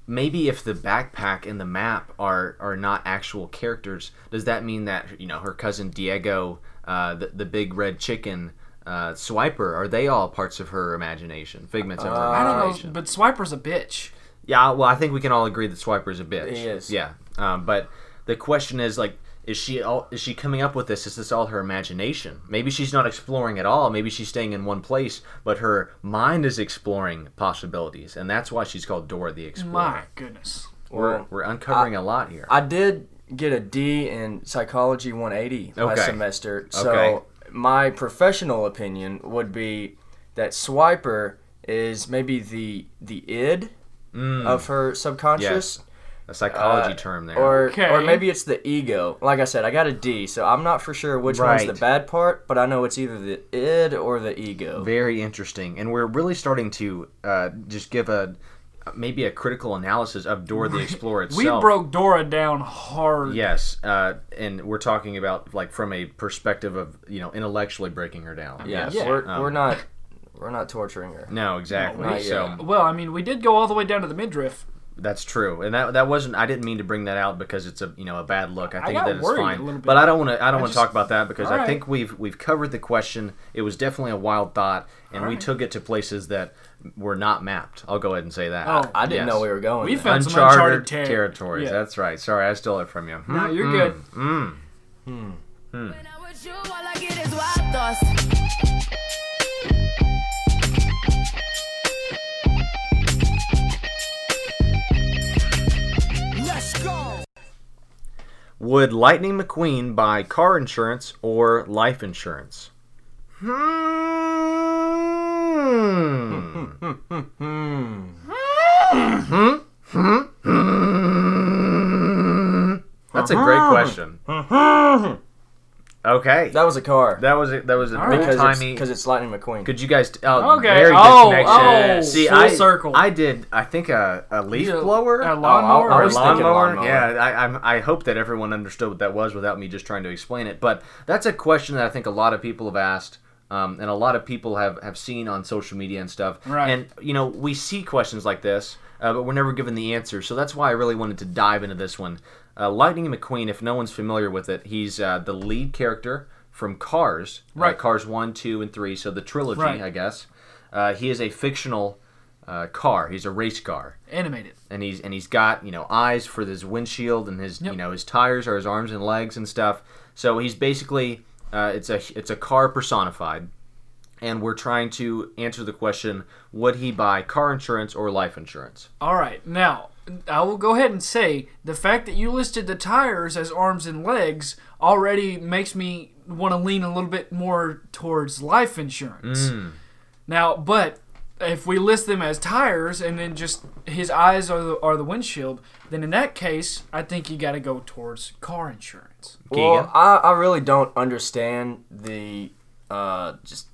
Speaker 2: maybe if the backpack and the map are are not actual characters, does that mean that you know her cousin Diego, uh, the the big red chicken. Uh, Swiper, are they all parts of her imagination, figments of her
Speaker 3: I
Speaker 2: imagination?
Speaker 3: don't know, but Swiper's a bitch.
Speaker 2: Yeah, well, I think we can all agree that Swiper is a bitch.
Speaker 4: He is.
Speaker 2: Yeah, um, but the question is like, is she all? Is she coming up with this? Is this all her imagination? Maybe she's not exploring at all. Maybe she's staying in one place, but her mind is exploring possibilities, and that's why she's called Dora the Explorer.
Speaker 3: My goodness.
Speaker 2: We're,
Speaker 4: Well,
Speaker 2: we're uncovering a lot here.
Speaker 4: I did get a D in Psychology 180
Speaker 2: Okay.
Speaker 4: last semester. So
Speaker 2: Okay.
Speaker 4: my professional opinion would be that Swiper is maybe the the id
Speaker 2: Mm.
Speaker 4: of her subconscious.
Speaker 2: a psychology
Speaker 4: uh,
Speaker 2: term there.
Speaker 4: Or,
Speaker 3: Okay.
Speaker 4: or maybe it's the ego. Like I said, I got a D, so I'm not for sure which one's
Speaker 2: Right.
Speaker 4: the bad part, but I know it's either the id or the ego.
Speaker 2: Very interesting, and we're really starting to uh, just give a maybe a critical analysis of Dora the Explorer
Speaker 3: We
Speaker 2: itself.
Speaker 3: broke Dora down hard.
Speaker 2: Yes, uh, and we're talking about like from a perspective of you know intellectually breaking her down.
Speaker 4: Yeah,
Speaker 2: Yes.
Speaker 4: We're,
Speaker 2: Um,
Speaker 4: we're not we're not torturing her.
Speaker 2: No, exactly.
Speaker 4: Not
Speaker 2: so
Speaker 4: yet.
Speaker 3: Well, I mean, we did go all the way down to the midriff.
Speaker 2: that's true, and that that wasn't. I didn't mean to bring that out because it's a you know a bad look. I think
Speaker 3: got
Speaker 2: that it's
Speaker 3: worried
Speaker 2: fine,
Speaker 3: a little bit.
Speaker 2: but I don't want to. I don't want to
Speaker 3: just-
Speaker 2: talk about that because I
Speaker 3: Alright.
Speaker 2: think we've we've covered the question. It was definitely a wild thought, and we
Speaker 3: Alright.
Speaker 2: took it to places that were not mapped. I'll go ahead and say that.
Speaker 3: Oh.
Speaker 4: I didn't
Speaker 2: Yes.
Speaker 4: know we were going.
Speaker 3: We
Speaker 4: there.
Speaker 3: found some
Speaker 2: Uncharted,
Speaker 3: uncharted ter-
Speaker 2: territories.
Speaker 3: Yeah.
Speaker 2: That's right. Sorry, I stole it from you. Hmm?
Speaker 3: No, you're good.
Speaker 5: When I'm with you, all I get is wild thoughts.
Speaker 2: Would Lightning McQueen buy car insurance or life insurance? Hmm. That's a
Speaker 3: Hmm.
Speaker 2: great question. Okay.
Speaker 4: That was a car.
Speaker 2: That was a, that was a big
Speaker 4: because
Speaker 2: timey.
Speaker 4: it's, 'cause it's Lightning McQueen.
Speaker 2: Could you guys? T- oh,
Speaker 3: Okay.
Speaker 2: Very good
Speaker 3: Oh,
Speaker 2: connection.
Speaker 3: oh,
Speaker 2: See,
Speaker 3: full
Speaker 2: I
Speaker 3: circle.
Speaker 2: I did. I think a, a leaf
Speaker 3: Yeah,
Speaker 2: blower.
Speaker 3: a lawnmower.
Speaker 4: Oh, I
Speaker 2: Or a
Speaker 4: was thinking
Speaker 2: lawnmower.
Speaker 4: lawnmower.
Speaker 2: Yeah, I, I'm, I hope that everyone understood what that was without me just trying to explain it. But that's a question that I think a lot of people have asked, um, and a lot of people have, have seen on social media and stuff.
Speaker 3: Right.
Speaker 2: And you know, we see questions like this, uh, but we're never given the answer. So that's why I really wanted to dive into this one. Uh, Lightning McQueen, if no one's familiar with it, he's uh, the lead character from Cars, uh,
Speaker 3: Right.
Speaker 2: Cars One, Two, and Three, so the trilogy,
Speaker 3: Right.
Speaker 2: I guess. Uh, he is a fictional uh, car. He's a race car
Speaker 3: Animated.
Speaker 2: and he's and he's got you know eyes for his windshield and his
Speaker 3: Yep.
Speaker 2: you know his tires are his arms and legs and stuff. So he's basically uh, it's a it's a car personified, and we're trying to answer the question: Would he buy car insurance or life insurance?
Speaker 3: All right, now I will go ahead and say the fact that you listed the tires as arms and legs already makes me want to lean a little bit more towards life insurance.
Speaker 2: Mm.
Speaker 3: Now, but if we list them as tires and then just his eyes are the, are the windshield, then in that case, I think you got to go towards car insurance.
Speaker 2: Keegan?
Speaker 4: Well, I, I really don't understand the uh, just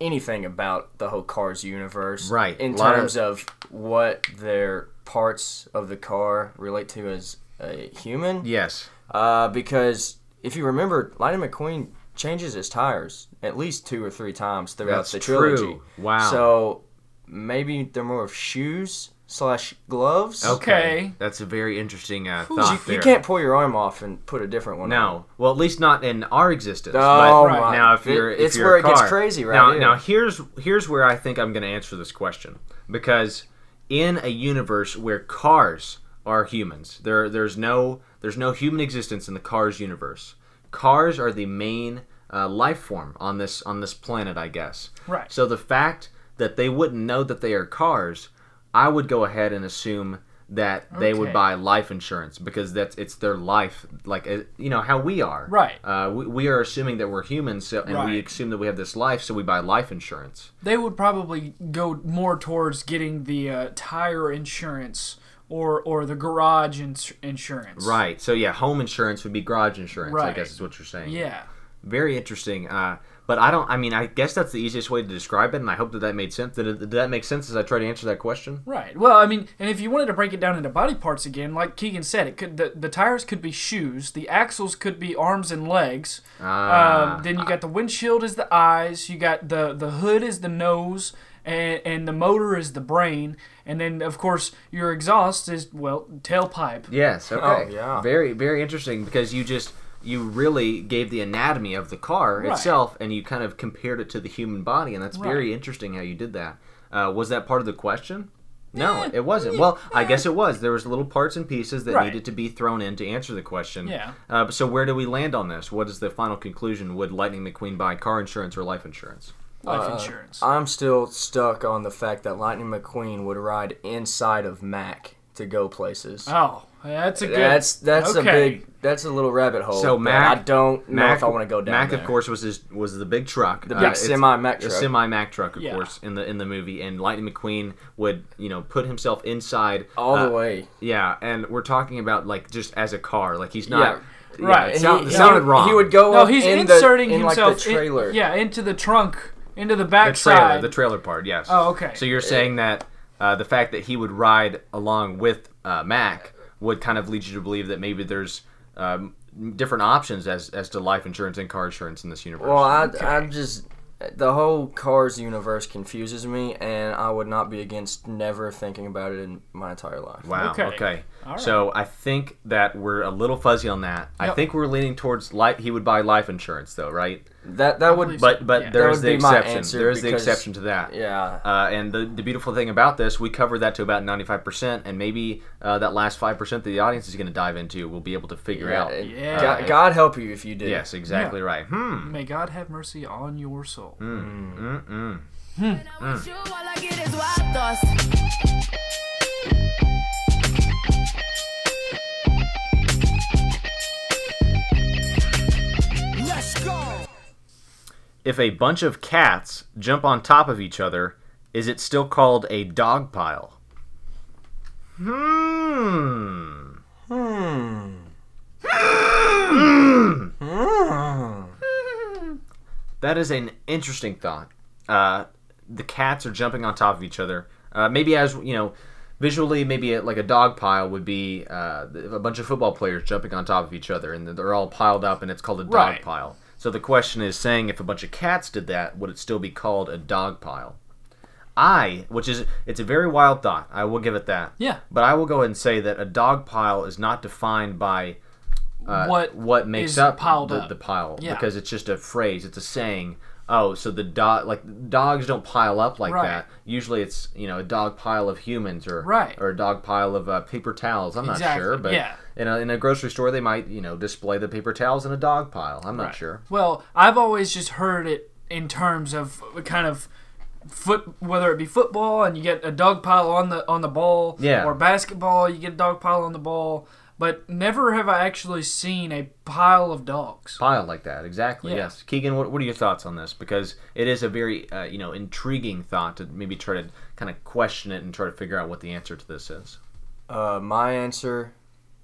Speaker 4: anything about the whole Cars universe,
Speaker 2: Right,
Speaker 4: In
Speaker 2: lot of-
Speaker 4: terms of what their parts of the car relate to as a human,
Speaker 2: Yes.
Speaker 4: Uh, because if you remember, Lightning McQueen changes his tires at least two or three times throughout
Speaker 2: That's
Speaker 4: the trilogy.
Speaker 2: true. Wow.
Speaker 4: So maybe they're more of shoes slash gloves.
Speaker 3: Okay.
Speaker 2: That's a very interesting uh,
Speaker 4: You,
Speaker 2: thought.
Speaker 4: you
Speaker 2: there.
Speaker 4: can't pull your arm off and put a different one. on.
Speaker 2: No, well, at least not in our existence.
Speaker 4: Oh,
Speaker 2: but
Speaker 4: Right.
Speaker 2: now if
Speaker 4: It-
Speaker 2: you're, if
Speaker 4: it's
Speaker 2: you're
Speaker 4: where
Speaker 2: a
Speaker 4: it gets
Speaker 2: car-
Speaker 4: crazy right
Speaker 2: now.
Speaker 4: here.
Speaker 2: Now here's here's where I think I'm going to answer this question because in a universe where cars are humans, there there's no there's no human existence in the cars universe. Cars are the main uh, life form on this on this planet, I guess.
Speaker 3: Right.
Speaker 2: So the fact that they wouldn't know that they are cars, I would go ahead and assume that they would
Speaker 3: Okay.
Speaker 2: buy life insurance because that's it's their life like uh, you know how we are
Speaker 3: Right.
Speaker 2: uh, we, we are assuming that we're humans so, and we
Speaker 3: Right.
Speaker 2: assume that we have this life so we buy life insurance
Speaker 3: They would probably go more towards getting the uh, tire insurance or or the garage ins- insurance.
Speaker 2: right so yeah home insurance would be garage insurance i
Speaker 3: Right.
Speaker 2: guess is what you're saying
Speaker 3: Yeah.
Speaker 2: very interesting uh, but i don't i mean i guess that's the easiest way to describe it and i hope that that made sense did, it, did that make sense as i try to answer that question
Speaker 3: Right. Well, I mean, and if you wanted to break it down into body parts again, like Keegan said, it could the, the tires could be shoes, the axles could be arms and legs.
Speaker 2: Ah.
Speaker 3: um, then you got the windshield is the eyes, you got the the hood is the nose, and and the motor is the brain, and then of course your exhaust is well tailpipe.
Speaker 2: Yes. Okay.
Speaker 4: yeah.
Speaker 2: Very very interesting because you just you really gave the anatomy of the car
Speaker 3: Right.
Speaker 2: itself and you kind of compared it to the human body and that's very interesting how you did that. Uh, was that part of the question? No, it wasn't. Well, I guess it was. There was little parts and pieces that
Speaker 3: Eh, Right.
Speaker 2: needed to be thrown in to answer the question.
Speaker 3: Yeah.
Speaker 2: Uh, so where do we land on this? What is the final conclusion? Would Lightning McQueen buy car insurance or life insurance?
Speaker 3: Life
Speaker 2: Uh,
Speaker 3: insurance.
Speaker 4: I'm still stuck on the fact that Lightning McQueen would ride inside of Mac to go places.
Speaker 3: oh, that's a good.
Speaker 4: that's that's a
Speaker 3: okay.
Speaker 4: big that's a little rabbit hole.
Speaker 2: So
Speaker 4: that
Speaker 2: Mac,
Speaker 4: I don't know
Speaker 2: Mac-
Speaker 4: if I want to go down
Speaker 2: Mac,
Speaker 4: there.
Speaker 2: of course, was his, was the big truck, Uh, the
Speaker 4: big semi Mac
Speaker 2: the
Speaker 4: truck.
Speaker 2: semi Mac truck, of
Speaker 3: Yeah.
Speaker 2: course, in the in the movie. And Lightning McQueen would you know put himself inside
Speaker 4: all
Speaker 2: uh,
Speaker 4: the way.
Speaker 2: Yeah, and we're talking about like just as a car, like he's not.
Speaker 4: Yeah,
Speaker 2: Yeah,
Speaker 3: right.
Speaker 2: It,
Speaker 3: And
Speaker 2: sound-
Speaker 4: he,
Speaker 2: it
Speaker 4: he
Speaker 2: sounded
Speaker 4: would-
Speaker 2: wrong.
Speaker 4: He would go.
Speaker 3: No,
Speaker 4: up
Speaker 3: he's
Speaker 4: in
Speaker 3: inserting
Speaker 4: the, in
Speaker 3: himself
Speaker 4: like the
Speaker 3: in-
Speaker 4: trailer.
Speaker 3: yeah, into the trunk, into the
Speaker 2: the trailer,
Speaker 3: backside.
Speaker 2: the trailer part. Yes.
Speaker 3: Oh, okay.
Speaker 2: So you're saying that uh, the fact that he would ride along with uh, Mac would kind of lead you to believe that maybe there's um, different options as as to life insurance and car insurance in this universe.
Speaker 4: Well, I I'm just the whole Cars universe confuses me, and I would not be against never thinking about it in my entire life.
Speaker 2: Wow. Okay.
Speaker 3: Okay.
Speaker 2: So I think that we're a little fuzzy on that. I
Speaker 3: Yep.
Speaker 2: think we're leaning towards life. He would buy life insurance, though, right?
Speaker 4: That that would
Speaker 3: believe so.
Speaker 2: But but
Speaker 3: Yeah.
Speaker 2: there
Speaker 4: That
Speaker 2: is
Speaker 4: would
Speaker 2: the
Speaker 4: be my
Speaker 2: exception.
Speaker 4: answer
Speaker 2: There is the
Speaker 4: because-
Speaker 2: exception to that.
Speaker 4: yeah.
Speaker 2: Uh, and the, the beautiful thing about this, we cover that to about 95%, and maybe uh, that last 5% that the audience is going to dive into, we'll be able to figure out.
Speaker 4: it-
Speaker 3: Yeah.
Speaker 4: God, God help you if you did.
Speaker 2: Yes, exactly right. Hmm.
Speaker 3: May God have mercy on your soul.
Speaker 5: When I'm with you, all I get is wild thoughts.
Speaker 2: If a bunch of cats jump on top of each other, is it still called a dog pile? Hmm. Hmm. That is an interesting thought. Uh, the cats are jumping on top of each other. Uh, maybe as you know, visually, maybe a, like a dog pile would be uh, a bunch of football players jumping on top of each other, and they're all piled up, and it's called a dog
Speaker 3: Right.
Speaker 2: pile. So the question is saying if a bunch of cats did that, would it still be called a dog pile? I, which is it's a very wild thought. I will give it that.
Speaker 3: Yeah.
Speaker 2: But I will go ahead and say that a dog pile is not defined by uh,
Speaker 3: what
Speaker 2: what makes
Speaker 3: is
Speaker 2: up
Speaker 3: piled
Speaker 2: the,
Speaker 3: up.
Speaker 2: the pile
Speaker 3: Yeah.
Speaker 2: because it's just a phrase it's a saying oh so the dog like dogs don't pile up like
Speaker 3: Right.
Speaker 2: that usually it's you know a dog pile of humans or
Speaker 3: Right.
Speaker 2: or a dog pile of uh, paper towels i'm not
Speaker 3: Exactly,
Speaker 2: sure but
Speaker 3: yeah.
Speaker 2: in, a, in a grocery store they might you know display the paper towels in a dog pile i'm not sure
Speaker 3: Well, I've always just heard it in terms of kind of foot, whether it be football and you get a dog pile on the on the ball,
Speaker 2: Yeah.
Speaker 3: or basketball, you get a dog pile on the ball. But never have I actually seen a pile of dogs.
Speaker 2: pile like that exactly
Speaker 3: Yeah.
Speaker 2: yes keegan what, what are your thoughts on this because it is a very uh, you know intriguing thought to maybe try to kind of question it and try to figure out what the answer to this is
Speaker 4: Uh, my answer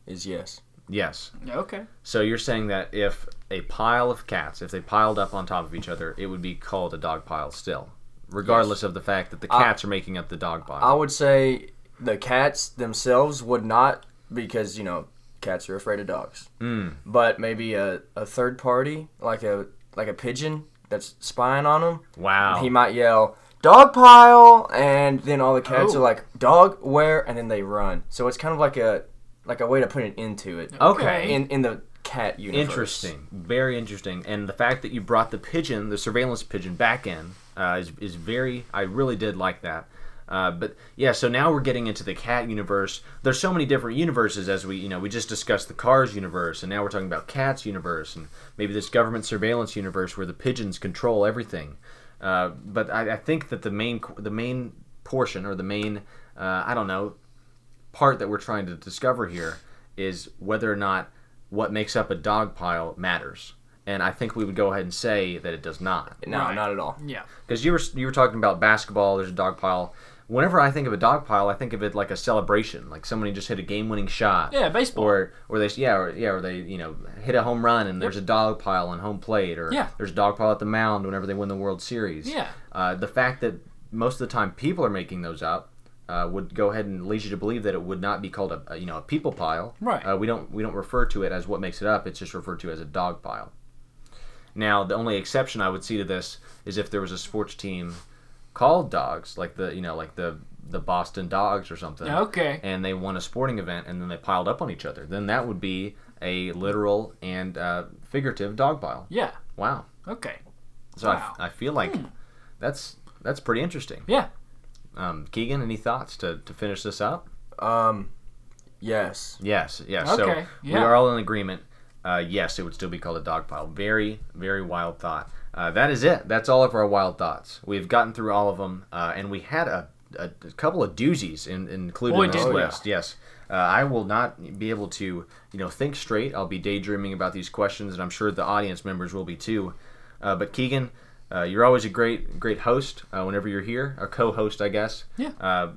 Speaker 4: is yes.
Speaker 2: yes
Speaker 3: Okay.
Speaker 2: So you're saying that if a pile of cats, if they piled up on top of each other, it would be called a dog pile still, regardless of the fact that the cats are making up the dog
Speaker 4: I
Speaker 2: pile.
Speaker 4: would say the cats themselves would not because, you know, cats are afraid of dogs. Mm. But maybe a, a third party, like a like a pigeon that's spying on them.
Speaker 2: wow.
Speaker 4: He might yell, dog pile! And then all the cats
Speaker 3: Oh.
Speaker 4: are like, dog, where? And then they run. So it's kind of like a like a way to put an end to it.
Speaker 2: okay.
Speaker 4: In, in the cat universe.
Speaker 2: Interesting. Very interesting. And the fact that you brought the pigeon, the surveillance pigeon, back in uh, is is very. I really did like that. Uh, but yeah, so now we're getting into the cat universe. There's so many different universes as we, you know, we just discussed the cars universe, and now we're talking about cats universe, and maybe this government surveillance universe where the pigeons control everything. Uh, but I, I think that the main the main portion or the main uh, I don't know part that we're trying to discover here is whether or not what makes up a dog pile matters. And I think we would go ahead and say that it does not.
Speaker 4: No,
Speaker 3: Right. Mm.
Speaker 4: not at all.
Speaker 3: Yeah.
Speaker 2: Because you were you were talking about basketball. There's a dog pile. Whenever I think of a dog pile, I think of it like a celebration, like somebody just hit a game-winning shot.
Speaker 3: Yeah, baseball.
Speaker 2: Or or they yeah or, yeah or they you know hit a home run and there's a dog pile on home plate or
Speaker 3: Yeah.
Speaker 2: there's a dog pile at the mound whenever they win the World Series.
Speaker 3: Yeah.
Speaker 2: Uh, the fact that most of the time people are making those up. Uh, would go ahead and lead you to believe that it would not be called a, a you know a people pile.
Speaker 3: Right.
Speaker 2: Uh, we don't we don't refer to it as what makes it up. It's just referred to as a dog pile. Now, the only exception I would see to this is if there was a sports team called Dogs, like the you know, like the the Boston Dogs or something.
Speaker 3: Okay.
Speaker 2: And they won a sporting event, and then they piled up on each other. Then that would be a literal and uh, figurative dog pile.
Speaker 3: Yeah.
Speaker 2: Wow.
Speaker 3: Okay.
Speaker 2: So
Speaker 3: Wow.
Speaker 2: I, I feel like that's that's pretty interesting.
Speaker 3: Yeah.
Speaker 2: Um, Keegan, any thoughts to, to finish this up?
Speaker 4: Um, yes.
Speaker 2: Yes, yes.
Speaker 3: Okay,
Speaker 2: So we
Speaker 3: yeah.
Speaker 2: are all in agreement. Uh, yes, it would still be called a dog pile. Very, very wild thought. Uh, that is it. That's all of our wild thoughts. We've gotten through all of them, uh, and we had a, a, a couple of doozies in, included
Speaker 3: Boy,
Speaker 2: in this
Speaker 3: did we.
Speaker 2: list. Yes, uh, I will not be able to, you know, think straight. I'll be daydreaming about these questions, and I'm sure the audience members will be too. Uh, but Keegan, uh, you're always a great, great host. Uh, whenever you're here, a co-host, I guess.
Speaker 3: Yeah.
Speaker 2: Uh,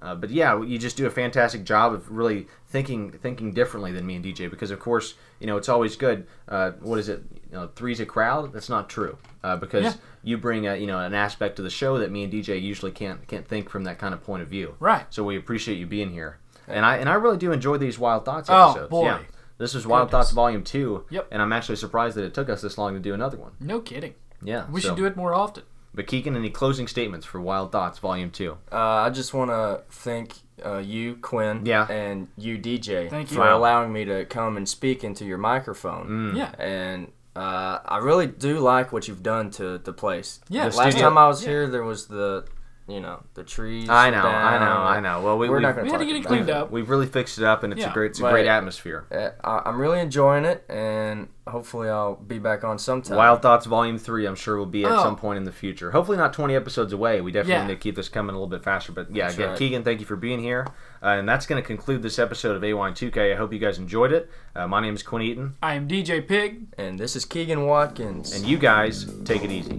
Speaker 2: uh, but yeah, you just do a fantastic job of really thinking thinking differently than me and DJ because of course you know it's always good. Uh, what is it? You know, three's a crowd. That's not true uh, because
Speaker 3: Yeah.
Speaker 2: you bring a, you know an aspect to the show that me and DJ usually can't can't think from that kind of point of view.
Speaker 3: Right.
Speaker 2: So we appreciate you being here, and I and I really do enjoy these wild thoughts
Speaker 3: Oh,
Speaker 2: episodes.
Speaker 3: boy.
Speaker 2: Yeah. This is Wild
Speaker 3: Goodness.
Speaker 2: Thoughts Volume Two.
Speaker 3: Yep.
Speaker 2: And I'm actually surprised that it took us this long to do another one.
Speaker 3: No kidding.
Speaker 2: Yeah.
Speaker 3: We
Speaker 2: so-
Speaker 3: should do it more often.
Speaker 2: But Keegan, any closing statements for Wild Thoughts Volume Two?
Speaker 4: Uh, I just want to thank uh, you, Quinn,
Speaker 2: Yeah.
Speaker 4: and you, DJ,
Speaker 3: Thank you.
Speaker 4: for
Speaker 3: Wow.
Speaker 4: allowing me to come and speak into your
Speaker 2: Mm. Hmm.
Speaker 4: microphone.
Speaker 3: Yeah.
Speaker 4: And uh, I really do like what you've done to the place.
Speaker 3: Yeah. The
Speaker 4: Last
Speaker 2: studio.
Speaker 4: time I was
Speaker 3: Yeah.
Speaker 4: here, there was the you know the trees.
Speaker 2: I know,
Speaker 4: down.
Speaker 2: I know, I know. Well, we,
Speaker 4: We're
Speaker 2: we've,
Speaker 4: not gonna
Speaker 3: We had to
Speaker 4: talk
Speaker 3: get it
Speaker 4: about
Speaker 3: cleaned
Speaker 4: it.
Speaker 3: up.
Speaker 2: we've really fixed it up, and it's
Speaker 3: Yeah.
Speaker 2: a great, it's a
Speaker 4: But-
Speaker 2: great atmosphere.
Speaker 4: Uh, I- I'm really enjoying it, and hopefully I'll be back on sometime.
Speaker 2: Wild Thoughts Volume Three, I'm sure, will be at
Speaker 3: Oh.
Speaker 2: some point in the future. Hopefully, not 20 episodes away. We definitely
Speaker 3: Yeah.
Speaker 2: need to keep this coming a little bit faster. But yeah,
Speaker 4: That's
Speaker 2: again,
Speaker 4: right.
Speaker 2: Keegan, thank you for being here, uh, and that's going to conclude this episode of AY2K. I hope you guys enjoyed it. Uh, my name is Quinn Eaton,
Speaker 3: I am DJ Pig.
Speaker 4: And this is Keegan Watkins.
Speaker 2: and you guys take it easy.